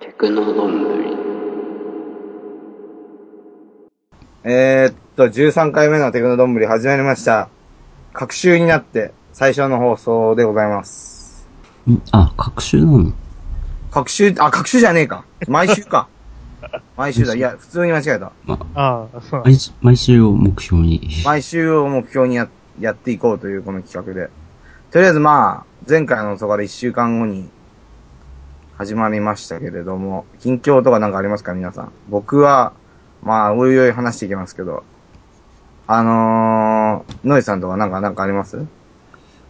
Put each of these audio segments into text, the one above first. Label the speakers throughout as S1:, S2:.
S1: 格の本類。
S2: えー、っと、13回目のテクノどんぶり始まりました。各週になって最初の放送でございます。
S3: んあ、隔週なの
S2: 各週、あ、各週じゃねえか。毎週か。毎週だ。いや、普通に間違えた。
S4: ああ、そうなんだ
S3: 毎週毎週を目標に。
S2: 毎週を目標にややっていこうというこの企画で。とりあえずまあ、前回の放送から1週間後に始まりましたけれども、近況とかなんかありますか皆さん。僕は、まあ、おいおい話していきますけど、あのー、ノイさんとかなんか、なんかあります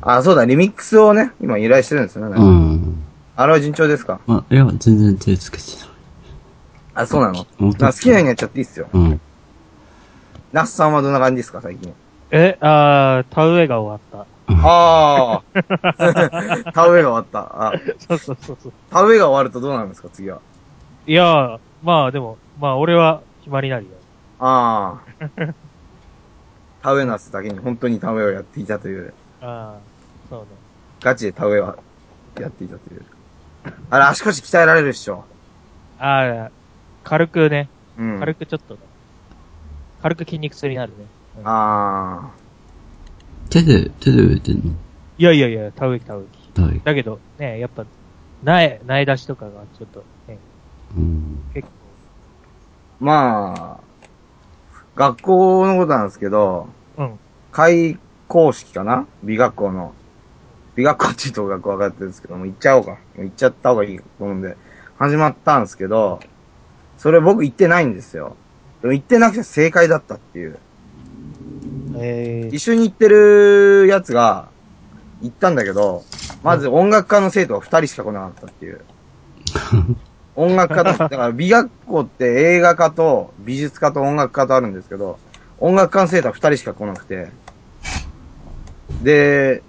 S2: あ、そうだ、リミックスをね、今依頼してるんですよね。
S3: うん。
S2: あれは順調ですか
S3: まあ、いや、全然手つけて
S2: あ、そうなの
S3: ない。
S2: あ好きなようにやっちゃっていいっすよ。
S3: うん。
S2: ナスさんはどんな感じですか、最近。
S4: え、ああ、田植えが終わっ
S2: ああ 田植えが終わった。あ
S4: た。そうそうそうそう。
S2: 田植えが終わるとどうなるんですか、次は。
S4: いやー、まあでも、まあ俺は決まりなりだ。
S2: ああ。田植えナスだけに本当に田植えをやっていたという、
S4: ああ、そうね。
S2: ガチで田植えはやっていたという。あれ、足腰鍛えられるっしょ。
S4: ああ、軽くね、
S2: うん。
S4: 軽くちょっとね、軽く筋肉痛になるね。
S2: あ
S3: 手で、手で植えてんの
S4: いやいやいや、田植え田植え。
S3: 大工。
S4: だけど、ね、やっぱ、苗、苗出しとかがちょっと、ね、
S3: うん。
S4: 結構、
S2: あ。まあ、学校のことなんですけど、
S4: うん。
S2: 開校式かな美学校の。美学校っていうと学校分かってるんですけども、行っちゃおうか。行っちゃった方がいいと思うんで、始まったんですけど、それ僕行ってないんですよ。でも行ってなくて正解だったっていう。
S4: え
S2: 一緒に行ってるやつが、行ったんだけど、まず音楽科の生徒が二人しか来なかったっていう。音楽科だ、だから美学校って映画科と美術科と音楽科とあるんですけど、音楽科の生徒は二人しか来なくて、で、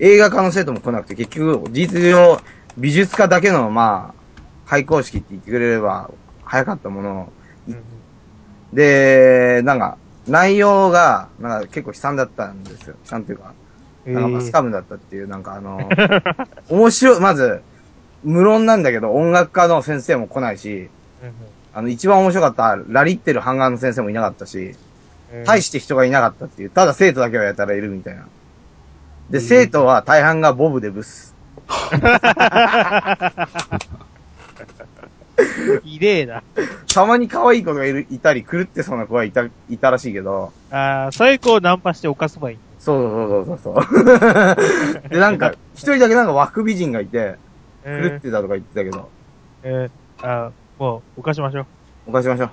S2: 映画科の生徒も来なくて、結局、事実上、美術科だけの、まあ、開校式って言ってくれれば、早かったものを、
S4: ー、うん
S2: で、なんか、内容が、なんか結構悲惨だったんですよ。悲惨というか、
S4: え
S2: なんかマスカ
S4: ー、
S2: ムだったっていう、なんかあの、 面白い、まず、無論なんだけど、音楽家の先生も来ないし、
S4: うんうん
S2: あの、一番面白かった、ラリってるハンガーの先生もいなかったし、
S4: えー
S2: 大して人がいなかったっていう、ただ生徒だけはやたらいるみたいな。で、
S4: うん
S2: 生徒は大半がボブでブス。
S4: ひでえな。
S2: たまに可愛い子がいるいたり、狂ってそうな子がいた、いたらしいけど、
S4: ああ、そういう子をナンパして犯せばいい。
S2: そうそうそうそう そう。で、なんか、一人だけなんか枠美人がいて、狂っ
S4: えー
S2: てたとか言ってたけど、
S4: えー、あーもう、犯しましょう。
S2: お貸しましょう。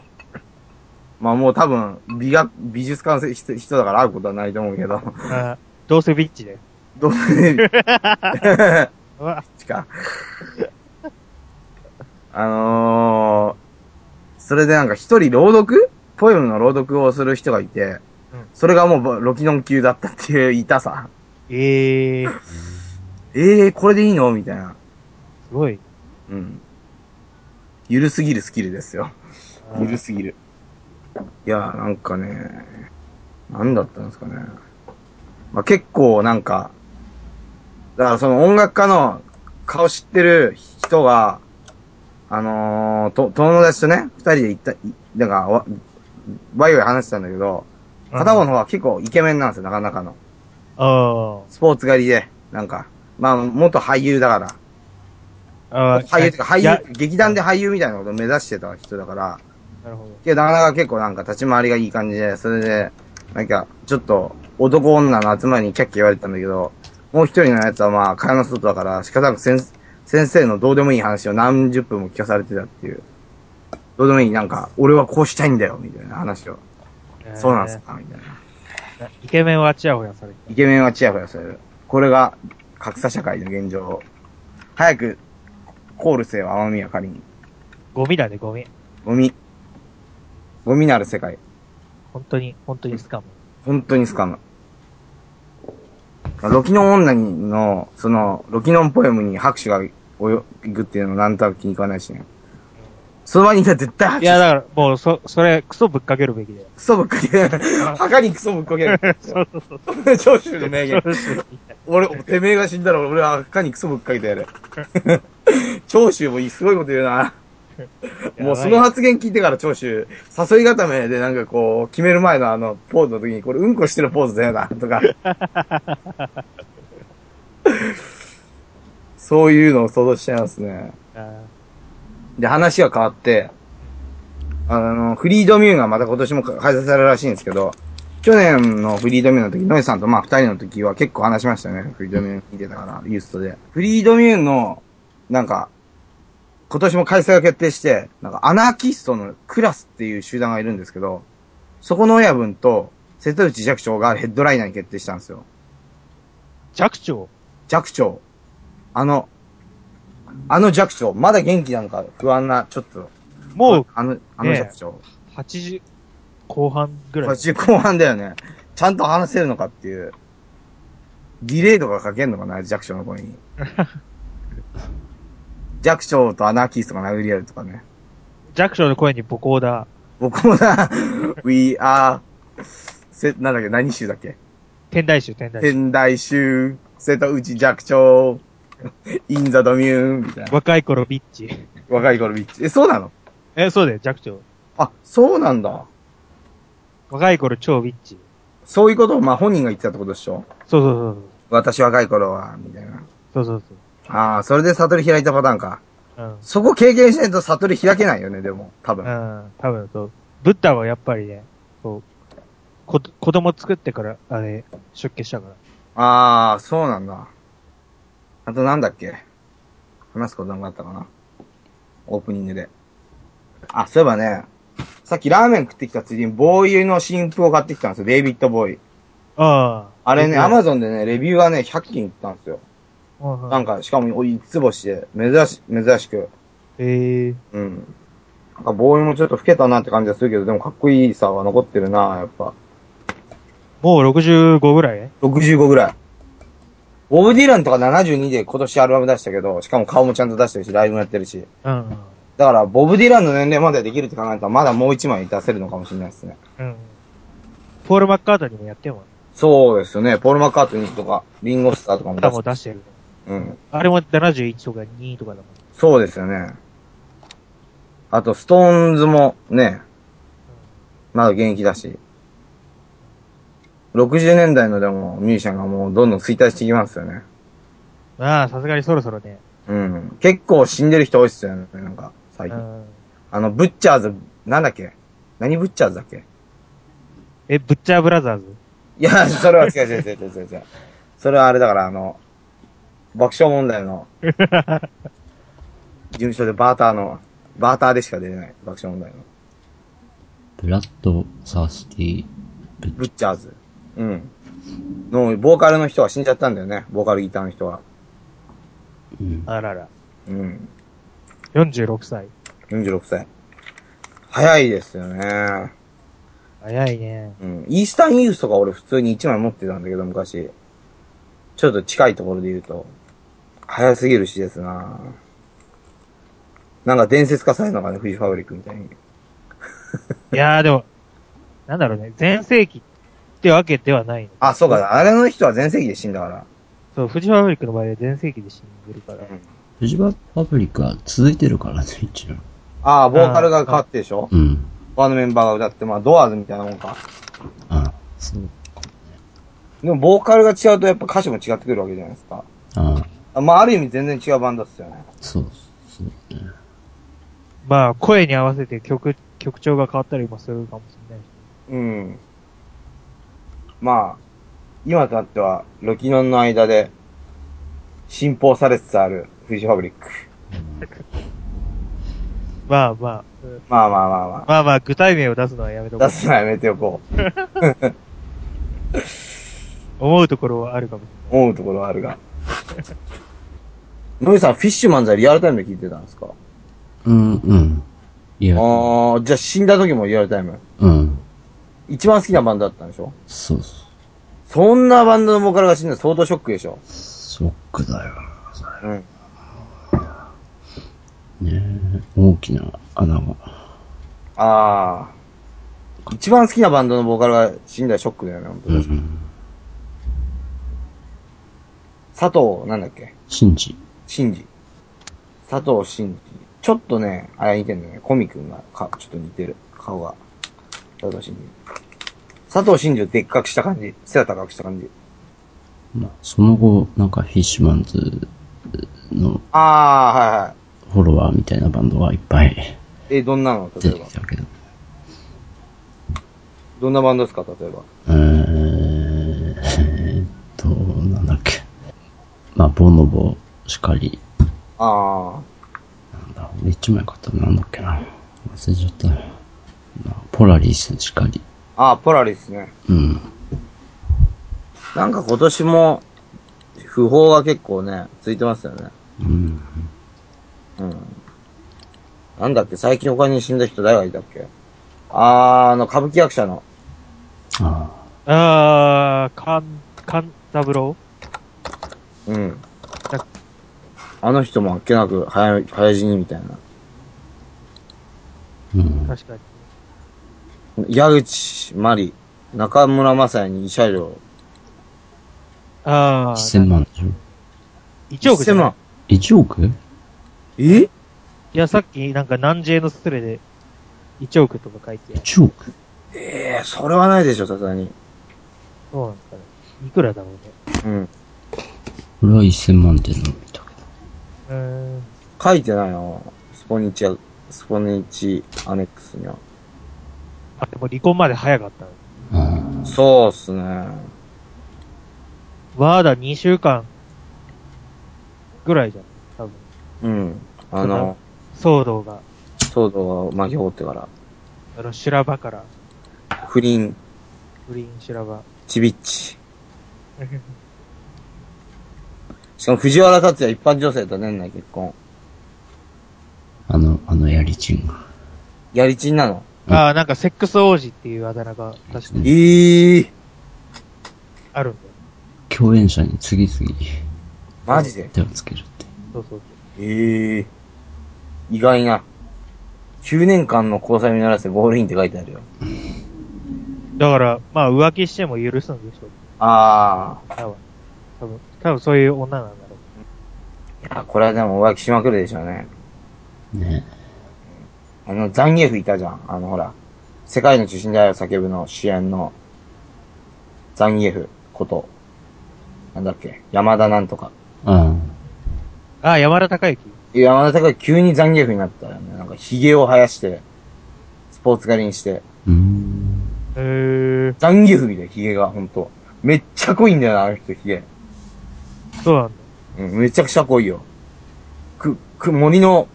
S2: まあもう多分、美学、美術館の人人だから会うことはないと思うけど、
S4: あーどうせビッチで。
S2: どう せ、
S4: うわ、
S2: しか。あのー、それでなんか一人朗読ポエムの朗読をする人がいて
S4: うん、
S2: それがもうロキノン級だったっていう痛さ。
S4: ええー、す
S2: ええー、これでいいのみたいな。
S4: ごい。
S2: うん。ゆるすぎるスキルですよ。
S4: あ
S2: ゆ
S4: ー
S2: るすぎる。いやー、なんかね、なんだったんですかね。まあ、結構なんか、だからその音楽家の顔知ってる人が、あのー、と、友達とね、二人で行った、いなんかわ、ワイワイ話して たんだけど、片方の方は結構イケメンなんですよ、なかなかの。
S4: あ
S2: スポーツ狩りで、なんか、まあ、元俳優だから、
S4: あ。
S2: 俳優っていうか俳
S4: いや
S2: 優、劇団で俳優みたいなことを目指してた人だから、
S4: なるほど。
S2: けどなかなか結構なんか立ち回りがいい感じで、それで、なんか、ちょっと、男女の集まりにキャッキャ言われてたんだけど、もう一人のやつはまあ、会話の外だから、仕方なく先先生のどうでもいい話を何十分も聞かされてたっていう。どうでもいい、なんか、俺はこうしたいんだよ、みたいな話を。そうなんすか、みたいな。
S4: えー。イケメンはチヤホヤされて。
S2: イケメンはチヤホヤされる。これが、格差社会の現状。早く、コールせよ、天宮かりに。
S4: ゴミだね、ゴミ。
S2: ゴミ。ゴミのある世界。
S4: 本当に、本当にスカム。
S2: 本当にスカム。ロキノン女にの、その、ロキノンポエムに拍手が及ぐっていうのなんとなく気に食わないしね。その場にいたら絶対拍
S4: い
S2: 手。
S4: や、だから、もう、そ、それ、クソぶっかけるべ きだよ。
S2: クソぶっかける。 墓にクソぶっかける。
S4: そうそうそう。
S2: 長州の名言。
S4: い
S2: 俺、てめえ が死んだら俺は墓にクソぶっかけてやる。長州もいい、すごいこと言うな。もうその
S4: 後、
S2: 発言聞いてから長州、誘い固めでなんかこう、決める前のあの、ポーズの時に、これうんこしてるポーズだよな、と か。そういうのを想像しちゃいますね。
S4: あ
S2: で、話が変わって、あの、フリードミューがまた今年も開催されるらしいんですけど、去年のフリードミューの時、ノイさんとまあ二人の時は結構話しましたね。フリードミュー見てたから、ユーストで。フリードミューの、なんか、今年も開催が決定して、なんかアナーキストのクラスっていう集団がいるんですけど、そこの親分と瀬戸内寂聴がヘッドライナーに決定したんですよ。
S4: 弱長
S2: 弱聴。あの、あの弱聴、まだ元気なんか不安な、ちょっと、
S4: もう、
S2: あの、あの
S4: ね
S2: 弱
S4: え
S2: 聴。
S4: 80後半ぐらい。
S2: 80後半だよね。ちゃんと話せるのかっていう。ディレイとかかけんのかな、弱小の子 に。弱小とアナーキストが殴り合うとかね。
S4: 弱小の声に母校だ。
S2: 僕もな、We are, せ、なんだっけ、何州だっけ
S4: 天台宗、天台宗。
S2: 天台州、瀬戸内弱小、インザドミューン、みたいな。
S4: 若い頃ビッチ。
S2: 若い頃ビッチ。え、そうなの
S4: え、そうだよ、弱長。
S2: あ、そうなんだ。
S4: 若い頃超ビッチ。
S2: そういうことを、まあ、本人が言ってたってことでしょ
S4: そうそう
S2: 私若い頃は、みたいな。
S4: そうそう。そうそう
S2: ああ、それで悟り開いたパターンか。
S4: そう。
S2: そこ経験しないと悟り開けないよね、でも、多
S4: う
S2: 分。
S4: ん。うん。多分そう。ブッダはやっぱりね、こう、こ、子供作ってから、あれ、出家したから。
S2: ああ、そうなんだ。あとなんだっけ話すことなかったかなオープニングで。あ、そういえばね、さっきラーメン食ってきたついでに、ボーイの新譜を買ってきたんですよ、デイビッド・ボーイ。
S4: ああ。
S2: あれね、
S4: うん
S2: アマゾンでね、レビューがね、100件いったんですよ。
S4: うんう
S2: なん
S4: ん。
S2: か、しかも5つ星で、珍し、珍しく。
S4: ええ。
S2: うん。なんかボーイもちょっと老けたなって感じはするけど、でもかっこいいさは残ってるな、やっぱ。
S4: もう65ぐらい
S2: 65ぐらい。ボブ・ディランとか72で今年アルバム出したけど、しかも顔もちゃんと出してるし、ライブもやってるし。
S4: うんうん。
S2: だから、ボブ・ディランの年齢までできるって考えたら、まだもう一枚出せるのかもしれないですね。
S4: うん。ポール・マッカートニーもやってるもんね。
S2: そうですね。ポール・マッカートニーとか、リンゴスターとかも
S4: 歌も
S2: 出
S4: 出
S2: し
S4: してる。
S2: てうん。
S4: あれも71とか2とかだもん。
S2: そうですよね。あと、ストーンズもね、まだ現役だし。60年代のでも、ミュージシャンがもうどんどん衰退していきますよね。
S4: まあ、さすがにそろそろね。
S2: うん。結構死んでる人多いっすよね、なんか、最
S4: う
S2: 近。
S4: ん。
S2: あの、ブッチャーズ、なんだっけ何ブッチャーズだっけ
S4: え、ブッチャーブラザーズ
S2: いや、それは違う違う違う違う違う違う。それはあれだから、あの、爆笑問題の、事務所でバーターの、バーターでしか出れない、爆笑問題の。
S3: ブラッド、サーシティ、ブッ
S2: ブッチャーズ。うん。の、ボーカルの人が死んじゃったんだよね、ボーカルギターの人が。
S3: うん。
S4: あらら。
S2: うん。
S4: 46歳。
S2: 46歳。早いですよね。
S4: 早いね。
S2: うん。イースタンユースとか俺普通に1枚持ってたんだけど、昔。ちょっと近いところで言うと、早すぎるしですななんか伝説化されるのかね、フジファブリックみたいに。
S4: いやーでも、なんだろうね。全盛期ってわけではないの。
S2: あ、そうか、あれの人は全盛期で死んだから。
S4: そう、フジファブリックの場合は全盛期で死んでるから。
S3: フジバファブリックは続いてるからね、一応。
S2: ああ、ボーカルが変わってでしょ
S3: うん。
S2: 他のメンバーが歌って、まあドアーズみたいなもんか。
S3: あ、そう。
S2: でもボーカルが違うとやっぱ歌詞も違ってくるわけじゃないですか。
S3: あ、
S2: あまあある意味全然違うバンドっすよね。
S3: そう。そうね。
S4: まあ、声に合わせて曲、曲調が変わったりもするかもしれないし。
S2: うん。まあ、今となっては、ロキノンの間で、信奉されつつある、フジファブリック。
S4: まあまあ、うん
S2: まあまあまあま
S4: まあまあ、具体名を出すのはやめとこ
S2: あ。
S4: う
S2: 出。すのはやめておこう。
S4: 思うところはあるかもし
S2: 思うところはある が。のりさん、フィッシュマンズはリアルタイムで聞いてたんですか
S3: うん、うん。いや、
S2: ああ、じゃあ死んだ時もリアルタイム。
S3: うん。
S2: 一番好きなバンドだったんでしょ
S3: そうそう。
S2: そんなバンドのボーカルが死んだら相当ショックでしょ
S3: ショックだよ。
S2: うん。
S3: ねえ。大きな穴が。
S2: ああ。一番好きなバンドのボーカルが死んだらショックだよね、本当
S3: う
S2: に。
S3: ん。
S2: 佐藤、なんだっけ
S3: シンジ。
S2: 真治。佐藤真治。ちょっとね、あれ似てるね。コミ君が、か、ちょっと似てる。顔が。佐藤真珠。佐藤真珠でっかくした感じ。背が高くした感じ。
S3: まあ、その後、なんかフィッシュマンズの
S2: あー、はいは
S3: フォロワーみたいなバンドがいっぱい
S2: い。え、どんなの例
S3: 出
S2: え
S3: て
S2: ば
S3: き。たけど。
S2: どんなバンドですか例えば。
S3: えーえーっと、なんだっけ。まあ、ボノボしかり、
S2: あ
S3: なんだ、俺一枚買ったのなんだっけな。忘れちゃったな。まあポラリスしかり。
S2: ー。あー、ポラリスね。
S3: うん。
S2: なんか今年も、不法が結構ね、ついてますよね。
S3: うん。
S2: うん。なんだっけ最近他に死んだ人誰がいたっけあー、あの、歌舞伎役者の。
S3: あ
S4: あー、カン、カンタブロ
S2: うん
S4: だ。
S2: あの人もあっけなく早い、早死にみたいな。
S3: あ。う
S4: ー
S3: ん。
S4: 確かに。
S2: 矢口真理、中村雅也に慰謝料。
S4: あ
S3: 1000
S4: ー、
S3: 万でしょ
S4: 1億じゃ
S2: 1000
S4: ない
S2: 万。
S3: ?1 億
S2: え
S4: いや、さっきなんか南ジェのスレで1億とか書いてある。
S3: ?1 億
S2: ええそれはないでしょ、さすがに。
S4: そうなんですかね。いくらだろうね。
S2: うん。
S3: 俺は1000万っていうのを見たけ
S4: うーん。
S2: 書いてないの。スポニチア、スポニチアネックスには。
S4: あ、でも離婚まで早かったの。
S3: ど。あ
S2: そうっすね。
S4: わーだ、2週間ぐらいじゃん。多分。
S2: うん。あの、
S4: 騒動が、
S2: 騒動が巻き起こってから。
S4: あの、修羅場から、
S2: 不倫、
S4: 不倫修羅場。
S2: チビッ チ。しかも藤原達也一般女性と年内結婚。
S3: あ。あの、あのやりちんが。
S2: やりちんなの
S4: ああ、なんかセックス王子っていうあだ名が確かに
S2: ええー、
S4: あるんだよ。
S3: 共演者に次々
S2: マジで
S3: 手をつけるって。
S4: そうそう
S2: ええ意外な。9年間の交際を実らせゴールインって書いてあるよ。
S4: そう。だから、まあ浮気しても許すんでしょう。
S2: ああ。
S4: 多分。多分、多分そういう女なんだろう。
S2: いや、これはでも浮気しまくるでしょうね。
S3: ね
S2: あの、ザンギエフいたじゃん。あの、ほら。世界の中心で愛を叫ぶの主演の、ザンギエフこと、なんだっけ、山田なんとか。
S3: あ
S4: ああ、山田孝之。
S2: 山田が急にザンギエフになったよね。なんか、髭を生やして、スポーツ狩りにして。
S3: あ。うーん。
S4: へー、
S2: ザンギエフみたい、髭が、ほんと。めっちゃ濃いんだよな、あの人、髭。
S4: そうなんだ。
S2: うん、めちゃくちゃ濃いよ。く、く、森の、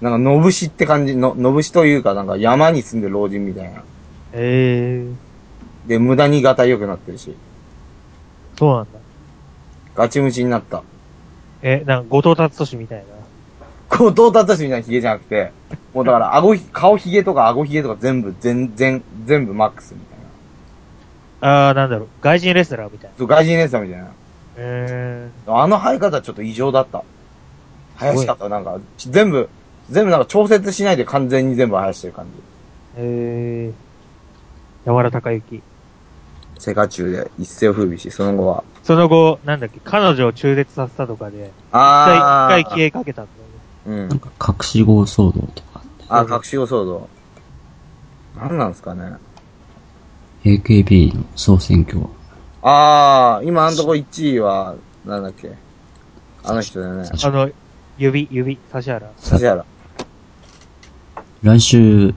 S2: なんか、のぶしって感じ、の、のぶしというか、なんか、山に住んでる老人みたいな。
S4: へー、
S2: で、無駄に型良くなってるし、
S4: そうなんだ。
S2: ガチムチになった。
S4: え、なんか後藤達俊みたいな。
S2: こう、到達しみたいな髭じゃなくて、もうだから、顎ひ、顔髭とか顎髭とか全部、全然、全部マックスみたいな。
S4: ああ、なんだろう、外人レスラーみたいな。
S2: そう、外人レーサーみたいな。
S4: へ
S2: あの生え方はちょっと異常だった。生やし方なんか、全部、全部なんか調節しないで完全に全部生やしてる感じ。
S4: ー、へー、山田孝之。
S2: 世界中で一世を風靡し、その後は。
S4: その後、なんだっけ、彼女を中絶させたとかで、一回、
S2: あー。
S4: 一回消えかけたんだよね。
S2: う
S3: なん
S2: ん。
S3: か隠し号騒動とか、
S2: あ、隠し子騒動。なんなんすかね。
S3: AKB の総選挙は、
S2: あー、今あのとこ1位は、なんだっけ。あの人だよね。
S4: あの、指、指、指原。
S2: 指原。
S3: 来週、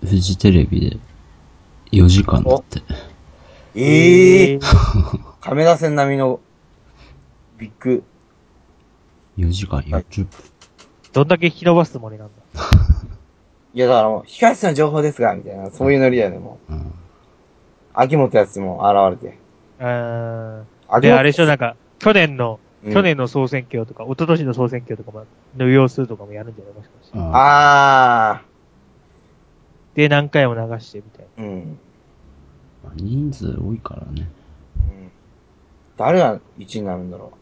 S3: フジテレビで4時間だって。
S2: ええー。
S4: ー。
S2: 亀田線並みの、ビッグ。
S3: 4時間40分。
S4: どんだけ引き伸ばすつもりなんだ。
S2: いや、だからもう、控室の情報ですが、みたいな、そういうノリだよね、もう。
S3: うん
S2: 秋元やつも現れて。
S4: あー
S2: 秋
S4: で、
S2: 元
S4: あれでしょ、なんか、去年の、
S2: うん
S4: 去年の総選挙とか、一昨年の総選挙とかも、の様子とかもやるんじゃないもしかして。
S3: あ
S2: あ
S4: で、何回も流してみたい
S2: ー。うん。
S3: ー人数多いからね。
S2: うん誰が1位になるんだろ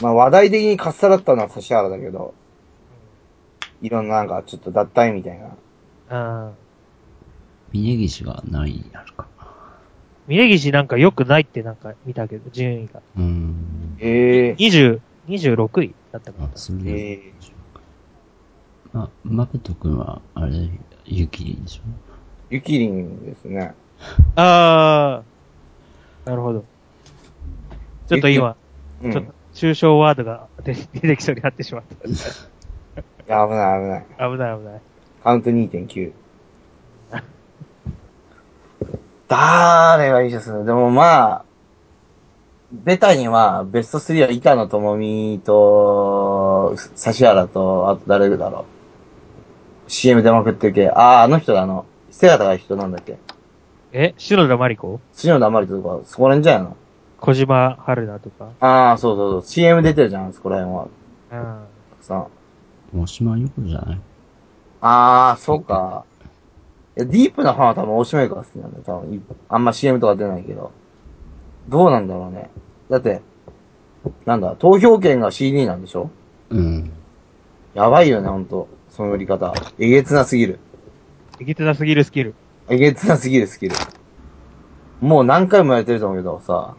S2: う。まあ話題的にかっさらったのは指原だけど、いろんななんかちょっと脱退みたいな。
S4: な。あー
S3: 峯岸が何位になるか。
S4: 峯岸なんか良くないってなんか見たけど、順位が。
S3: うーん。
S2: ええ
S4: 20、26位だったか
S3: あ
S4: な、。
S3: それ
S2: ええ
S3: あ、マペト君は、あれ、ユキリンでしょ
S2: ゆきりんですね。
S4: あー。なるほど。ちょっと今、
S2: うん。
S4: ち
S2: い
S4: ょっと、抽象ワードが出出てきそうになってしまっ
S2: や、危ない危ない。
S4: た。危ない危ない。
S2: カウント2.9。誰が優勝するのでもまあ、ベタには、ベスト3は板野友美と、指原と、あと誰だろう。CM 出まくってるけ。ああ、あの人だ、あの、背が高い人なんだっけ。
S4: え篠田真理子
S2: 篠田まりとか、そこら辺じゃないの
S4: 小島春菜とか。
S2: ああ、そうそうそう。CM 出てるじゃん、そこら辺は。
S4: うん。
S2: たくさん。
S3: 大島優子じゃない
S2: ああ、そうか。いや、ディープなファンは多分、大島優子が好きなんだよ。多分、いあんま CM とか出ないけど。どうなんだろうね。だって、なんだ、投票権が CD なんでしょ
S3: うん。
S2: やばいよね、ほんと。その売り方。えげつなすぎる。
S4: いきてなすぎるスキル。
S2: えげつなすぎるスキル。もう何回もやってると思うけどさ、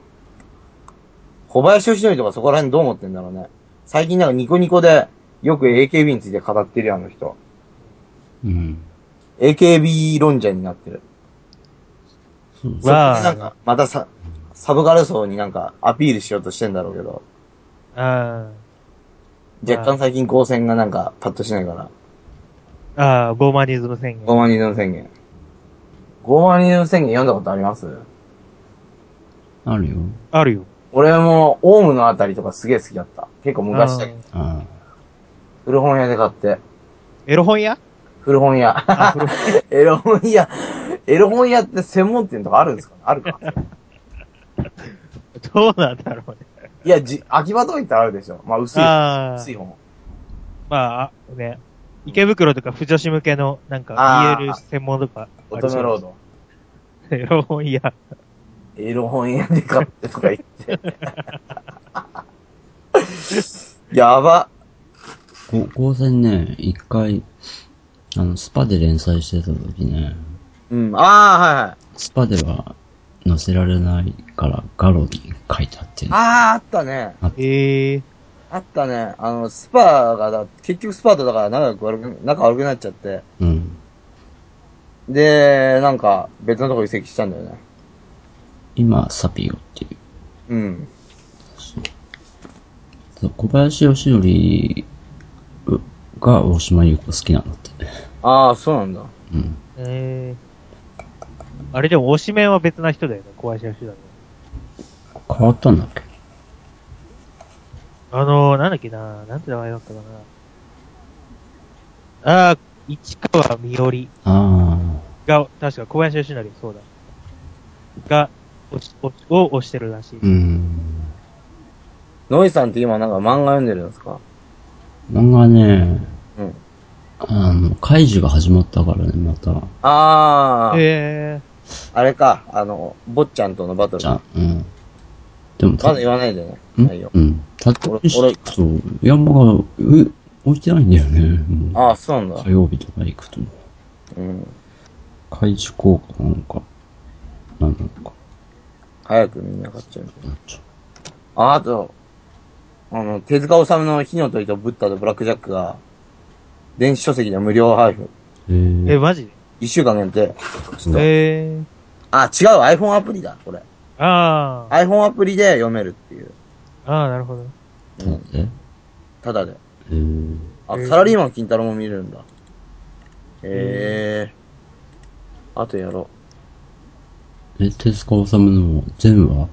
S2: 小林よしとかそこら辺どう思ってんだろうね。最近なんかニコニコで、よく AKB について語ってるよ、あの人。
S3: うん。
S2: AKB 論者になってる。
S3: そう
S2: そこでなん
S4: わ
S2: か、またさ、サブカル層になんかアピールしようとしてんだろうけど、
S4: あー
S2: 若干最近合戦がなんかパッとしないから、
S4: ーあー、ボーマニズム宣言。
S2: 5万人の宣言。5万人の宣言読んだことあります
S3: あるよ。
S4: あるよ。
S2: 俺も、オウムのあたりとかすげえ好きだった。結構昔だけ
S4: う
S2: ど、
S4: ん
S3: あ
S2: 古本屋で買って、
S4: エロ本屋
S2: 古本屋。 エロ本屋、エロ本屋って専門店とかあるんですかあ るか。
S4: どうなんだろうね。
S2: いや、じ、秋葉通りってあるでしょ。まあ薄い、
S4: あ
S2: 薄い
S4: ー。
S2: 本。
S4: まああ、ね。池袋とか不女子向けの、なんか、
S2: あー
S4: BL 専門とか。
S2: 乙女ロード。
S4: ド。エロ本屋。
S2: エロ本屋で買ってとか言って。 やば。
S3: こ高専ね、一回、あの、スパで連載してた時ね、
S2: うん。ああ、はいはい。
S3: スパでは載せられないからガロに書いてあって、
S2: ああ、あったね。
S4: ええー。
S2: あったね。あの、スパがだ、結局スパとだから仲良く悪く、仲悪くなっちゃって。
S3: うん。
S2: で、なんか、別のとこ移籍したんだよね。
S3: 今、サピオっていう。
S2: うん。
S3: そう小林義則が大島優子好きなんだって。
S2: ああ、そうなんだ。
S3: うん。
S4: ええー。あれでも、推し面は別な人だよね。小林吉だね。
S3: 変わったんだっけ
S4: あのー、なんだっけななんて名前だったかなあー、市川みより
S3: あ
S4: が、確か小林義成、そうだ。が、押し、押しを押してるらしい
S3: あ、う。ん。
S2: ノイさんって今なんか漫画読んでるんですか
S3: 漫画ね、
S2: うん。
S3: あの、怪獣が始まったからね、また。
S2: ああ、
S4: え
S2: あれか。あの、坊ちゃんとのバトル。
S3: じゃ
S2: ま
S3: あ、うん。でも、
S2: だ言わないでね。
S3: ん
S2: 内容
S3: うん。たと
S2: 俺俺
S3: そう、ヤンマが、う、置いてないんだよね。もう
S2: ああ、そうなんだ
S3: 火。曜日とか行くと。
S2: うん。
S3: 開示効果なんか、なんか、
S2: 早くみんな買っちゃう。
S3: なっちゃう。
S2: あ、あと、あの、手塚治虫の火の鳥とブッダとブラックジャックが、電子書籍で無料配布。
S3: え
S4: ー、
S3: ー、
S4: え、マジ
S2: 一週間限定。
S4: えー、
S2: あ、違う、iPhone アプリだ、これ。
S4: あー、
S2: iPhone アプリで読めるっていう。
S4: あー、なるほど。
S3: ただで
S2: ただで。
S3: えー、
S2: あ、
S4: えー
S2: サラリーマン金太郎も見れるんだ。へえー。あとやろ
S3: え、手塚治虫の全話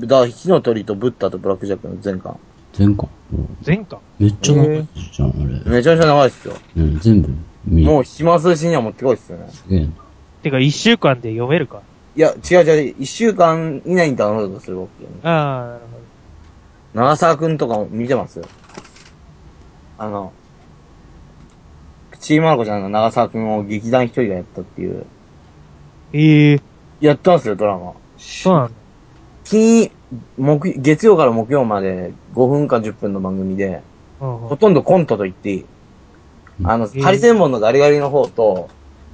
S2: う。だ、火の鳥とブッダとブラックジャックの全巻。
S3: 全巻も
S4: 前巻
S3: うめっちゃ長いじゃん、あ
S2: めちゃめちゃ長いっすよ。
S3: れ。ね、全部見る。
S2: もう暇通信には持ってこいっすよね。
S3: すげえな。
S4: てか、一週間で読めるか。
S2: いや、違う違う、一週間以内にダウンロードするわけよね。
S4: あー、なるほど。
S2: 長沢くんとかも見てますよ。あの、チーマルコちゃんの長沢くんを劇団一人がやったっていう。
S4: ええー、
S2: やったんすよ、ドラマ。
S4: そうなんだ。
S2: 金、木、月曜から木曜まで5分か10分の番組で、
S4: うんう
S2: ほ
S4: ん、
S2: とんどコントと言っていい。あの、
S4: ー
S2: ハリセンボンのガリガリの方と、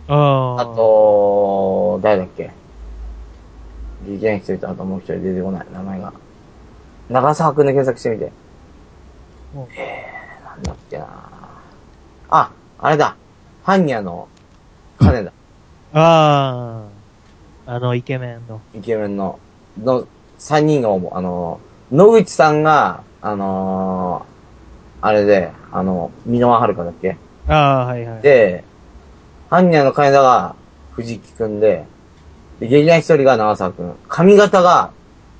S4: あー、
S2: あ、と、誰だっけ事件一人とあともう一人出てこない、名前が。長沢くんで検索してみて。
S4: うん
S2: えー、なんだっけなあ、あれだ。ハンニャの、彼だ。
S4: ああ、あの、イケメンの。
S2: イケメンの、の、三人が思う、あの、野口さんが、あのーあれで、あの、箕輪遥だっけ
S4: ああ、はいはい。
S2: で、ハンニャの金田が藤木くんで、で、劇団一人が長澤くん。髪型が、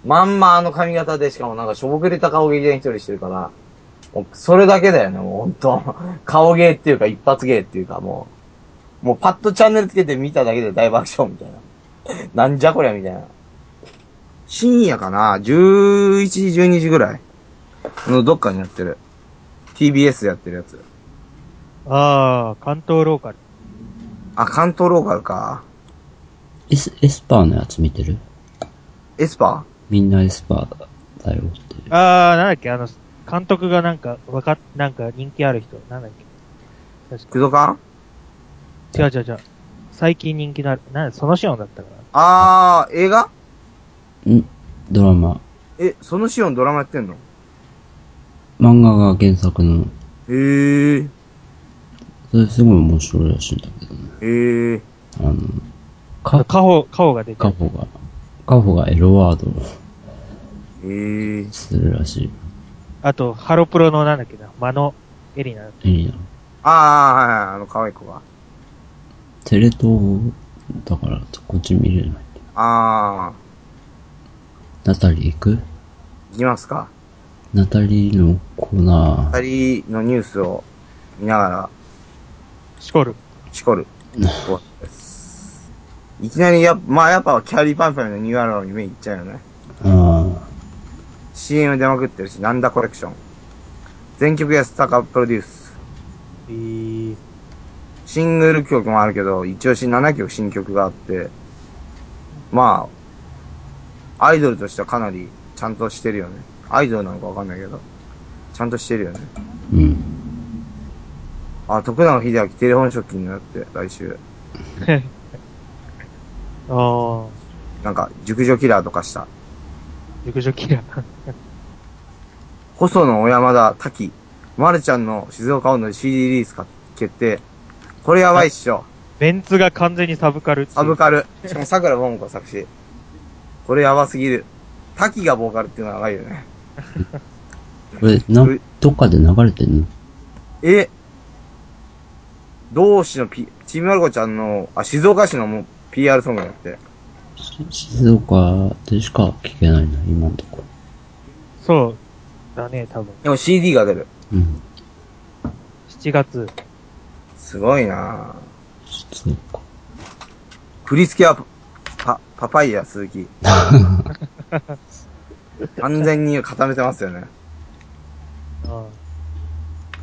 S2: まんまあの髪型で、しかもなんかしょぼくれた顔劇団一人してるから、もうそれだけだよね、もうほんと。 顔芸っていうか、一発芸っていうか、もう、もうパッとチャンネルつけて見ただけで大爆笑みたいな。 なんじゃこりゃみたいな。深夜かな ?11 時、12時ぐらい。あの、どっかにやってる。TBS やってるやつ。
S4: ああ、関東ローカル。
S2: あ、関東ローカルか。
S3: エス、エスパーのやつ見てる
S2: エスパ
S3: みんなエスパーだよって。
S4: ああ、なんだっけ、あの、監督がなんか、わか、なんか人気ある人。なんだっけ。
S2: ー
S4: 確
S2: クドカン
S4: か。違う違う違う。最近人気のある、なんだ、そのシオンだったかな。
S2: あー、映画
S3: んドラマ。
S2: え、そのシオンドラマやってんの
S3: 漫画が原作の、
S2: へー、
S3: それすごい面白いらしいんだけどね。
S2: へー。
S3: あの、か、
S4: カホ、カホが出て
S3: カ
S4: る。
S3: ホが、カホがエロワードを
S2: えー、
S3: するらしい。
S4: あと、ハロプロのなんだっけな、マノエリナ。
S3: エリナ。
S2: あー、はいはい、あの、可愛い子が。
S3: テレ東だから、こっち見れない。
S2: あ
S3: ナタリー行く
S2: ー、いきますか。
S3: ナタリーのコーナー、
S2: 二人のニュースを見ながら、
S4: シコル。
S2: しこ る。いきなりや、まあやっぱキャリーパンパンのニューアルバムに目いっちゃうよね。
S3: あ
S2: CM 出まくってるし、なんだコレクション。全曲安高プロデュース。
S4: えー、
S2: シングル曲もあるけど、一押し7曲新曲があって、まあ、アイドルとしてはかなりちゃんとしてるよね。アイドルなのかわかんないけど、ちゃんとしてるよね。
S3: あ、うん。
S2: あ、徳永秀明テレフォンショッキングになって、来週。
S4: ああ、
S2: なんか、熟女キラーとかした。
S4: 熟女キラー。
S2: 細野、小山田、滝、まるちゃんの静岡音頭で CD リリースか決定。これやばいっしょ。
S4: ベンツが完全にサブカルっていう。
S2: サブカル。しかも桜ももこ作詞。これやばすぎる。滝がボーカルっていうのはやばいよね。
S3: これ、な、どっかで流れてんの
S2: え同志のピ、ちびまる子ちゃんの、あ、静岡市のもう PR ソングだって。
S3: し静岡でしか聞けないな、今のとこ。
S4: そう。だね、多分。
S2: でも CD が出る。
S3: うん。
S4: 7月。
S2: すごいなぁ。
S3: 静岡。
S2: 振り付けはパ、パ、パパイヤ鈴木。完全に固めてますよね。
S4: うん。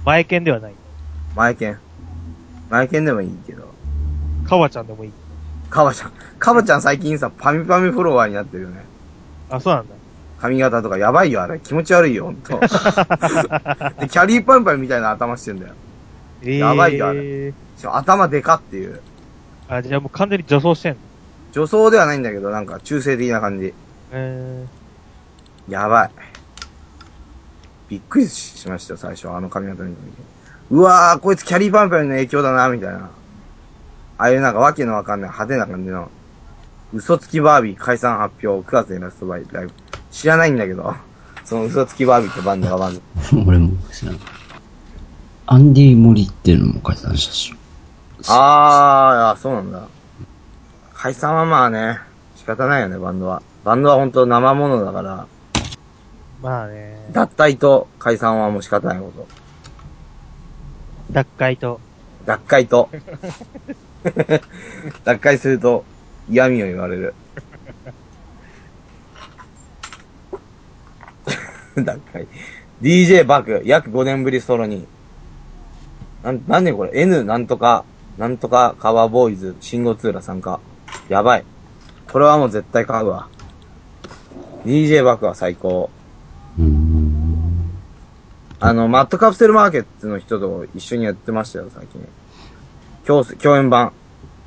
S4: 前剣ではない。
S2: 前剣。前剣でもいいけど。
S4: カワちゃんでもいい。
S2: カバちゃん。カバちゃん最近さ、パミパミフォロワーになってるよね。
S4: あ、そうなんだ。
S2: 髪型とかやばいよ、あれ。気持ち悪いよ、ほんと。でキャリーパンパンみたいな頭してんだよ。
S4: えー、
S2: やばいよあれしかも頭でかっていう。
S4: あ、じゃあもう完全に女装してんの。
S2: 女装ではないんだけど、なんか中性的な感じ。
S4: え
S2: やばい。びっくりしましたよ、最初。あの髪型見た時。うわー、こいつキャリーパンパンの影響だな、みたいな。ああいうなんかわけのわかんない派手な感じの。嘘つきバービー解散発表、9月にラストバイライブ。知らないんだけど。その嘘つきバービーってバンドがバンド。
S3: 俺も知らない。アンディ・モリっていうのも解散したし。
S2: あー、あそうなんだ。解散はまあね、仕方ないよね、バンドは。バンドは本当生ものだから、
S4: ー、まあね。
S2: 脱退と解散はもう仕方ないこと。
S4: 脱会と。
S2: 脱会と。 脱会すると嫌味を言われる。 脱会。DJ バク、約5年ぶりソロに。なん、なんでこれ ?N なんとか、なんとかカワーボーイズ、信号通ら参加。やばい。これはもう絶対買うわ。DJ バクは最高。
S3: うーん。
S2: あの、マットカプセルマーケットの人と一緒にやってましたよ、最近。今日、共演版、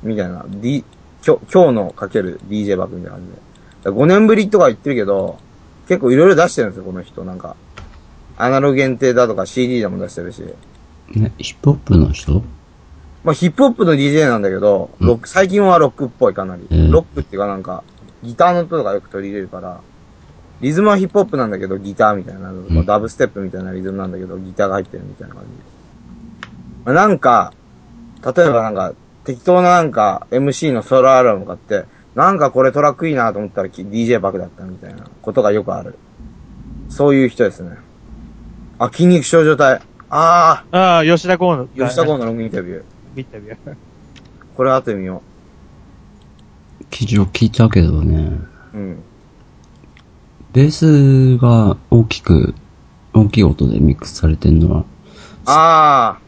S2: みたいな。D、今日、今日のかける DJ バックみたいな感じで。だ5年ぶりとか言ってるけど、結構いろいろ出してるんですよ、この人。なんか、アナログ限定だとか CD でも出してるし。
S3: ね、ヒップホップの人
S2: まあ、ヒップホップの DJ なんだけど、ロック、最近はロックっぽいかなり。
S3: うん
S2: ロックっていうかなんか、ギターの音とかよく取り入れるから、リズムはヒップホップなんだけど、ギターみたいなのとか、
S3: うん
S2: ダブステップみたいなリズムなんだけど、ギターが入ってるみたいな感じ。まあ、なんか、例えばなんか、適当ななんか、MC のソロアルバム買って、なんかこれトラックいいなと思ったらき DJ バクだったみたいなことがよくある。そういう人ですね。あ、筋肉症状体。あ
S4: ああ、吉田剛の。
S2: ー、吉田剛のロングインタビュー。
S4: インタビュー。
S2: これ後で見よ
S3: 記事を聞いたけどね、
S2: う。うん。
S3: ベースが大きく、大きい音でミックスされてるのは
S2: あ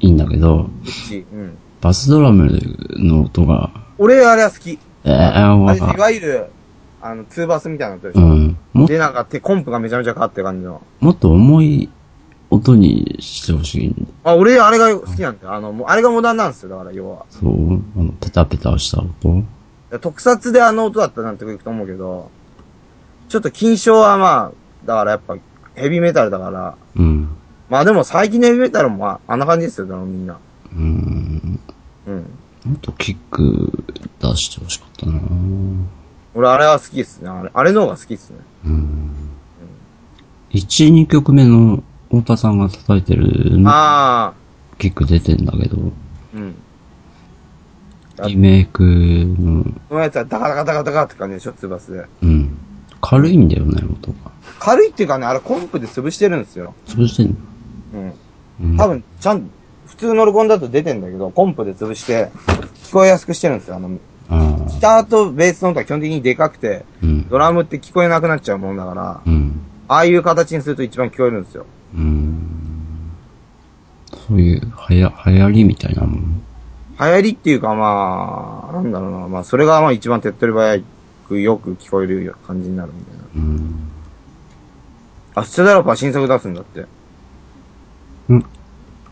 S3: いいんだけど、
S2: ー、1、うん。
S3: バスドラムの音が、
S2: 俺、あれは好き。
S3: えー、わ
S2: あれ、い
S3: か
S2: わゆる、あの、ツーバスみたいな音でし
S3: う
S2: ょ。
S3: ん。も、
S2: で、なんか手、コンプがめちゃめちゃ変わってる感じの。
S3: もっと重い音にしてほしいんだ。
S2: あ、俺、あれが好きなんだよ。あの、もう、あれがモダンなんですよ、だから、要は。だか
S3: そう、あの、ペタペタした音
S2: ら特撮であの音だったらなんていくと思うけど、ちょっと金賞はまあ、だからやっぱ、ヘビーメタルだから、
S3: うん。
S2: まあでも最近のヘビーメタルもまあ、あんな感じですよ、だからみんな。
S3: うん。
S2: うん。
S3: もっとキック出してほしかったな
S2: 俺、あれは好きですね。あれ、あれの方が好きですね。
S3: うん。1、2曲目の太田さんが叩いてる
S2: あ
S3: キック出てんだけど、
S2: あ、うん。あ
S3: リメイクの、
S2: このやつはダカダカダカダカって感じでしょ、ツーバスで。
S3: うん。軽いんだよね、音が。
S2: 軽いっていうかね、あれコンプで潰してるんですよ。
S3: 潰してんの
S2: うん。
S3: うん。
S2: 多分、ちゃん、普通の録音だと出てんだけど、コンプで潰して、聞こえやすくしてるんですよ。あの、ギ
S3: ああ。
S2: ターとベースの音は基本的にでかくて、
S3: うん。
S2: ドラムって聞こえなくなっちゃうもんだから、
S3: うん。
S2: ああいう形にすると一番聞こえるんですよ。
S3: うん。そういう、はや、流行りみたいなもん。
S2: 流行りっていうかまあ、なんだろうな、まあそれがまあ一番手っ取り早くよく聞こえる感じになるみたいな。
S3: うん。
S2: あ、スチャダラパは新作出すんだって。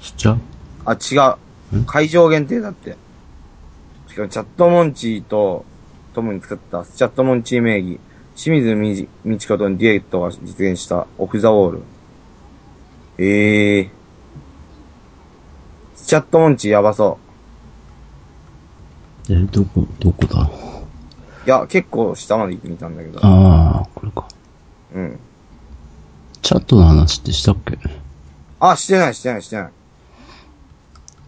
S3: スチャ
S2: あ、違う。
S3: ん
S2: 会場限定だって。しかも、チャットモンチーと、ともに作った、チャットモンチー名義、清水みじみちことのデュエットが実現した、オフザウォール。ええー。チャットモンチーやばそ
S3: え、どこ、どこだ
S2: う。いや、結構下まで行ってみたんだけど。
S3: ああ、これか。
S2: うん。
S3: チャットの話ってしたっけ
S2: あ、してない、してない、してない。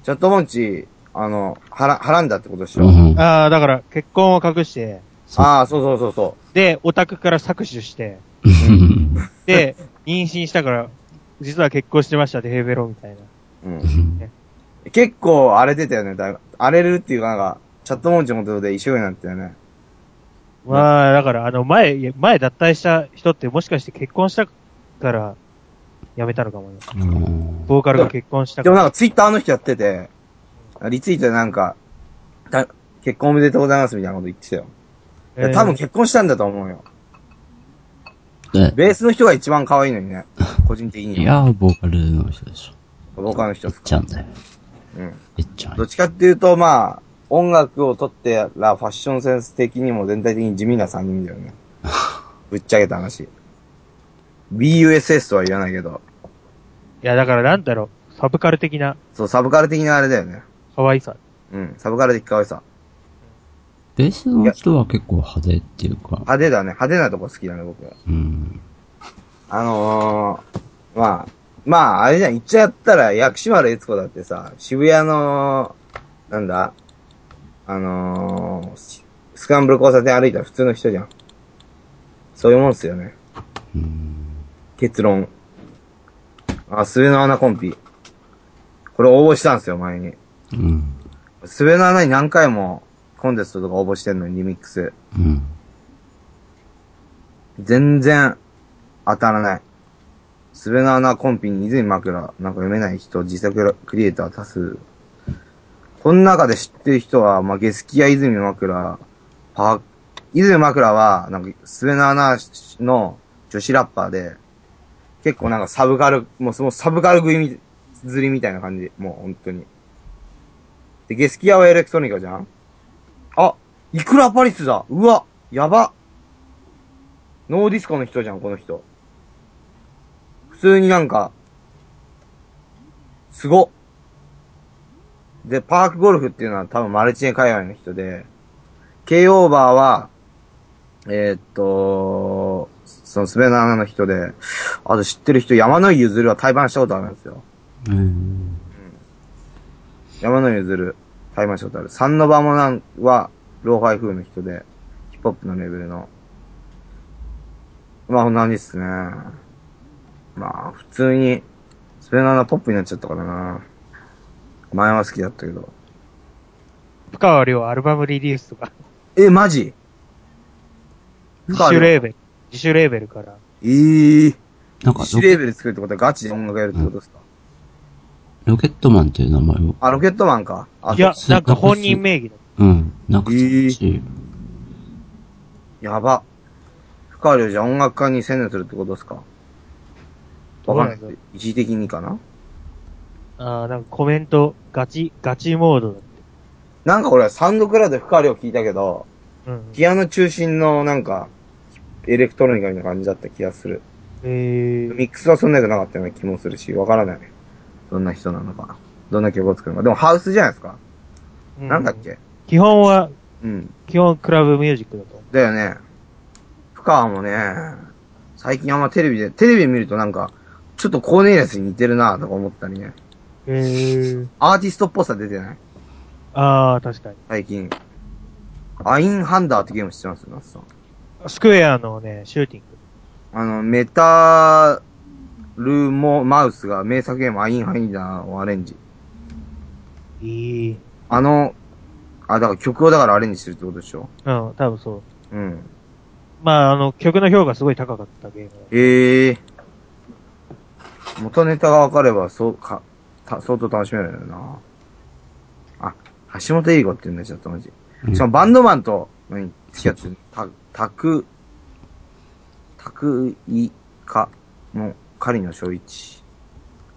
S2: チャットモンチー、あの、はら、はらんだってことでしょ。
S3: うん。
S4: ああ、だから、結婚を隠して、
S2: ああ、そうそうそうそ
S4: で、オタクから搾取して、 で、妊娠したから、実は結婚してましたって、ヘーベロみたいな。
S2: う。うん。結構荒れてたよね、だいぶ荒れるっていうかなんか、チャットモンチのことで一緒になったよね。
S4: まあ、だから、あの、前、いや前脱退した人って、もしかして結婚したから、辞めたのかもね。
S3: うん
S4: ボーカルが結婚した
S2: で
S4: か
S2: も
S4: ら。
S2: なんかツイッターの人やってて、リツイートでなんか、た結婚おめでとうございますみたいなこと言ってたよ。いや
S4: えー
S2: 多分結婚したんだと思うよ。
S3: え、
S2: ベースの人が一番可愛いのにね、個人的には。
S3: いやー、ボーカルの人でしょ。
S2: 僕はあの人
S3: え
S2: で
S3: っ
S2: すか。
S3: ちゃんだよ。
S2: うん。
S3: えっちゃん
S2: どっ。ちかっていうと、まあ、音楽をとってらファッションセンス的にも全体的に地味な3人だよね。ぶっちゃけた話。BUSS とは言わないけど、
S4: いや、だからなんだろう、サブカル的な
S2: そう、サブカル的なあれだよね。
S4: 可愛さ。
S2: うん、サブカル的可愛さ。
S3: ベースの人は結構派手っていうか、
S2: 派手だね。派手なとこ好きだね、僕は。
S3: うん。
S2: あのー、まあ、まあ、あれじゃん、言っちゃったら、薬師丸悦子だってさ、渋谷の、なんだ、あのー、ススクランブル交差点歩いたら普通の人じゃん。そういうもんっすよね。
S3: うん。
S2: 結論。あ、末の穴コンピ。これ応募したんですよ、前に。
S3: うん。
S2: 末の穴に何回もコンテストとか応募してんのに、リミックス。
S3: うん。
S2: 全然当たらない。すべな穴コンピに泉枕、なんか読めない人、自作クリエイター多数。この中で知ってる人は、まあ、ゲスキア泉枕、パー、泉枕は、なんか、すべな穴の女子ラッパーで、結構なんかサブカル、もうそのサブカル食いみ、ずりみたいな感じ。もう本当に。で、ゲスキアはエレクトロニカじゃんあ、イクラパリスだうわやばノーディスコの人じゃん、この人。普通になんか、すごっで、パークゴルフっていうのは多分マルチネ界隈の人で、K オーバーは、えーっと、そのスベナーの人で、あと知ってる人、山野井ゆずるは対バンしたことあるんですよ。
S3: うん。
S2: 山野井ゆずる、対バンしたことある。サンノバモナンは、ローファイ風の人で、ヒップホップのレベルの。まあ、こんな感じですね。まあ、普通に、スベナーのポップになっちゃったからな。前は好きだったけど。
S4: 深川亮アルバムリリースとか、
S2: え、マジ
S4: 自主レーベル、自主レーベルから。
S2: えー。
S3: なんか
S2: 自主レーベル作るってことはガチで音楽やるってことですか、
S3: ロ、ロケットマンっていう名前を。
S2: あ、ロケットマンか。あ
S4: いや、
S3: そう
S4: なんか本人名義だ。
S3: うん。なんかそっち、
S2: やば。深川亮じゃ音楽家に専念するってことですかわかんないけど
S4: そうなんだよ
S2: 一時的にかな
S4: ああ、なんかコメント、ガチ、ガチモードだっ
S2: なんか俺はサウンドクラウドで深川亮聞いたけど、
S4: た。うん。
S2: ギアの中心のなんか、エレクトロニカみたいな感じだった気がする。
S4: えー、
S2: ミックスはそんなじゃなかったような気もするし、わからない。どんな人なのか。どんな曲を作るのか。でもハウスじゃないですか。
S4: う
S2: なんだっけ
S4: 基本は、
S2: うん。
S4: 基本クラブミュージックだと思
S2: だよね。深川もね、最近あんまテレビで、テレビ見るとなんか、ちょっとコーネリアスに似てるなとか思ったりね。
S4: う。えー、
S2: アーティストっぽさ出てない
S4: ああ、確かに。
S2: 最近。アインハンダーってゲーム知ってますナツさん。
S4: スクエアのね、シューティング。
S2: あの、メタルモマウスが名作ゲームアインハンダーをアレンジ。
S4: いい。
S2: あの、あ、だから曲をだからアレンジするってことでしょ
S4: うん、多分そう。
S2: うん。
S4: まあ、あの、曲の評価すごい高かったゲームだ。
S2: ええ元ネタが分かれば、そうか、た、相当楽しめるよな。あ、橋本英子って言うんだ、ちょっとマジ。
S3: うん
S2: しかもバンドマンと、何、付き合ってる。た、たく、たくいかの狩野正一。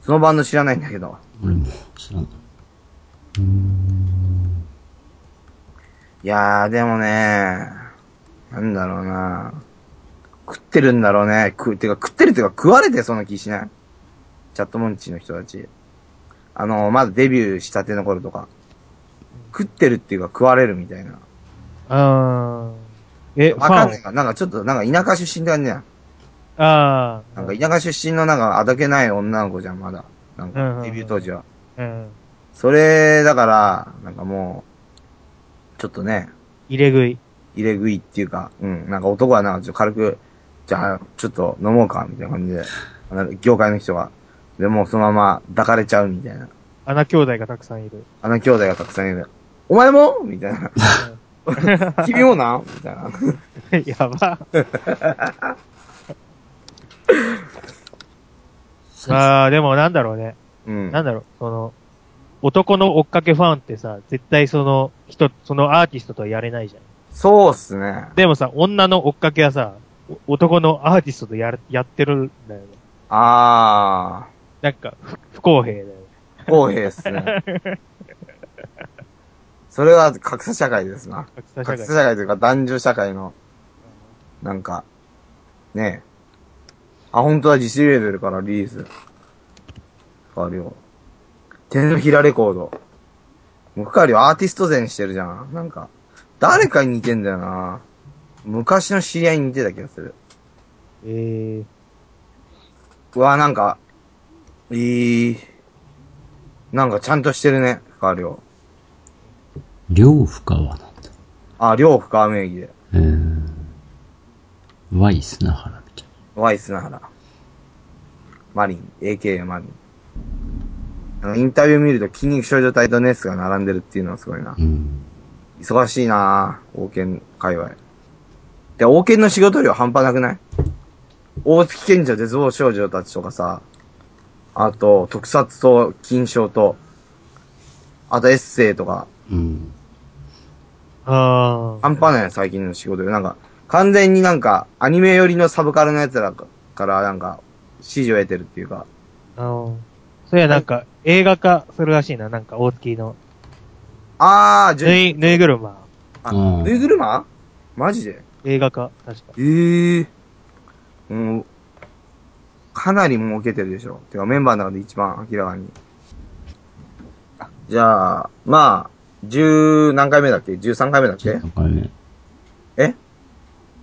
S2: そのバンド知らないんだけど。
S3: 俺も知らない。うーん。
S2: いやー、でもねなんだろうな食ってるんだろうね。食う、てか食ってるっていうか食われてそうな気しないチャットモンチーの人たち。あの、まだデビューしたての頃とか。食ってるっていうか食われるみたいな。
S4: あー。え、フ
S2: わか
S4: ァ
S2: ん
S4: ン
S2: ないかなんかちょっと、なんか田舎出身だね。
S4: ああ。
S2: なんか田舎出身のなんかあだけない女の子じゃん、まだ。なん
S4: うんうんう
S2: か、
S4: ん
S2: デビュー当時は。
S4: うん。
S2: それ、だから、なんかもう、ちょっとね、
S4: 入れ食い。
S2: 入れ食いっていうか、うん、なんか男はなんかちょっと軽く、じゃあ、ちょっと飲もうか、みたいな感じで、あの業界の人が。で、もうそのまま抱かれちゃうみたいな。
S4: 穴兄弟がたくさんいる。
S2: あの兄弟がたくさんいる。お前もみたいな。君もなみたいな。
S4: やば。 まあ、でもなんだろうね。
S2: うん。
S4: なんだろう、その、男の追っかけファンってさ、絶対その人、そのアーティストとはやれないじゃん。
S2: そうっすね。
S4: でもさ、女の追っかけはさ、お男のアーティストとやるやってるんだよね。
S2: あ
S4: なんか、不不公平だよね。
S2: ー、不公平っすね。それは格差社会ですな。
S4: 格差社
S2: 格差社
S4: 会。
S2: 会というか男女社会の、なんか、ねえ。あ、本当は自主レーベルからリリース。深川う手のひらレコード。もう深川うアーティスト前してるじゃん。なんか、誰かに似てんだよな。昔の知り合いに似てた気がする。
S4: えー、
S2: うわ、なんか、いい。なんかちゃんとしてるね、深川う
S3: 両不可はなんだ。
S2: あ、両深川名義で。
S3: えー。ワイスナハラみたい
S2: ワイスナハラ。マリン、AKA マリン。あの、インタビュー見ると筋肉症状体とネスが並んでるっていうのはすごいな。
S3: な。うん。
S2: 忙しいなぁ、王権界隈。で、王権の仕事量半端なくない大月賢者絶望少女たちとかさ、あと、特撮と金賞と、あとエッセイとか、
S3: うん。
S4: あー。
S2: 半端ない最近の仕事で。なんか、完全になんか、アニメ寄りのサブカルの奴らからなんか、支持を得てるっていうか、
S4: あの、それはなんか、映画化するらしいな、なんか、大月の。
S2: あー、じゅ
S4: ぬ
S2: ん、
S4: い、ぬいぐるま。
S2: あ
S3: うん
S2: ぬいぐるまマジで
S4: 映画化、確か。
S2: えー。もう、かなり儲けてるでしょ。てかメンバーの中で一番明らかに。じゃあ、まあ、十何回目だっけ ?13 回目だっけ
S3: 13回目。
S2: え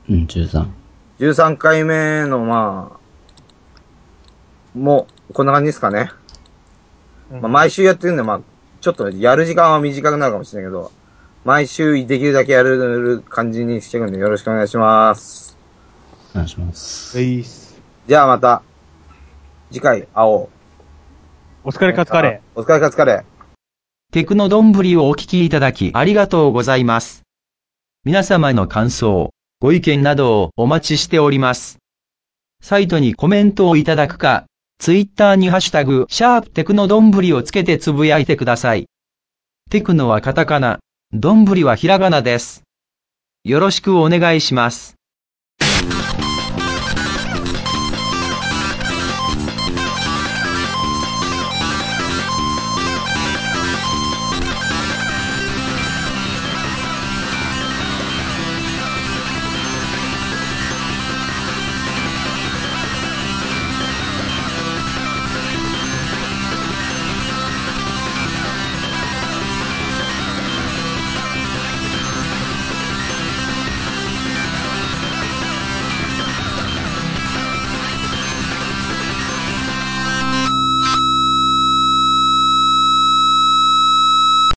S3: うん、13。
S2: ?13 回目の、まあ、もう、こんな感じですかね。
S4: うん
S2: まあ、毎週やってるんで、まあ、ちょっとやる時間は短くなるかもしれないけど、毎週できるだけやる感じにしていくんでよろしくお願いします。
S3: お願いします。
S4: いいっす。
S2: じゃあまた、次回会おう。
S4: お疲れカツカレー。
S2: お疲れカツカレー。
S1: テクノどんぶりをお聞きいただきありがとうございます。皆様の感想、ご意見などをお待ちしております。サイトにコメントをいただくか、ツイッターにハッシュタグ、シャープテクノどんぶりをつけてつぶやいてください。テクノはカタカナ、どんぶりはひらがなです。よろしくお願いします。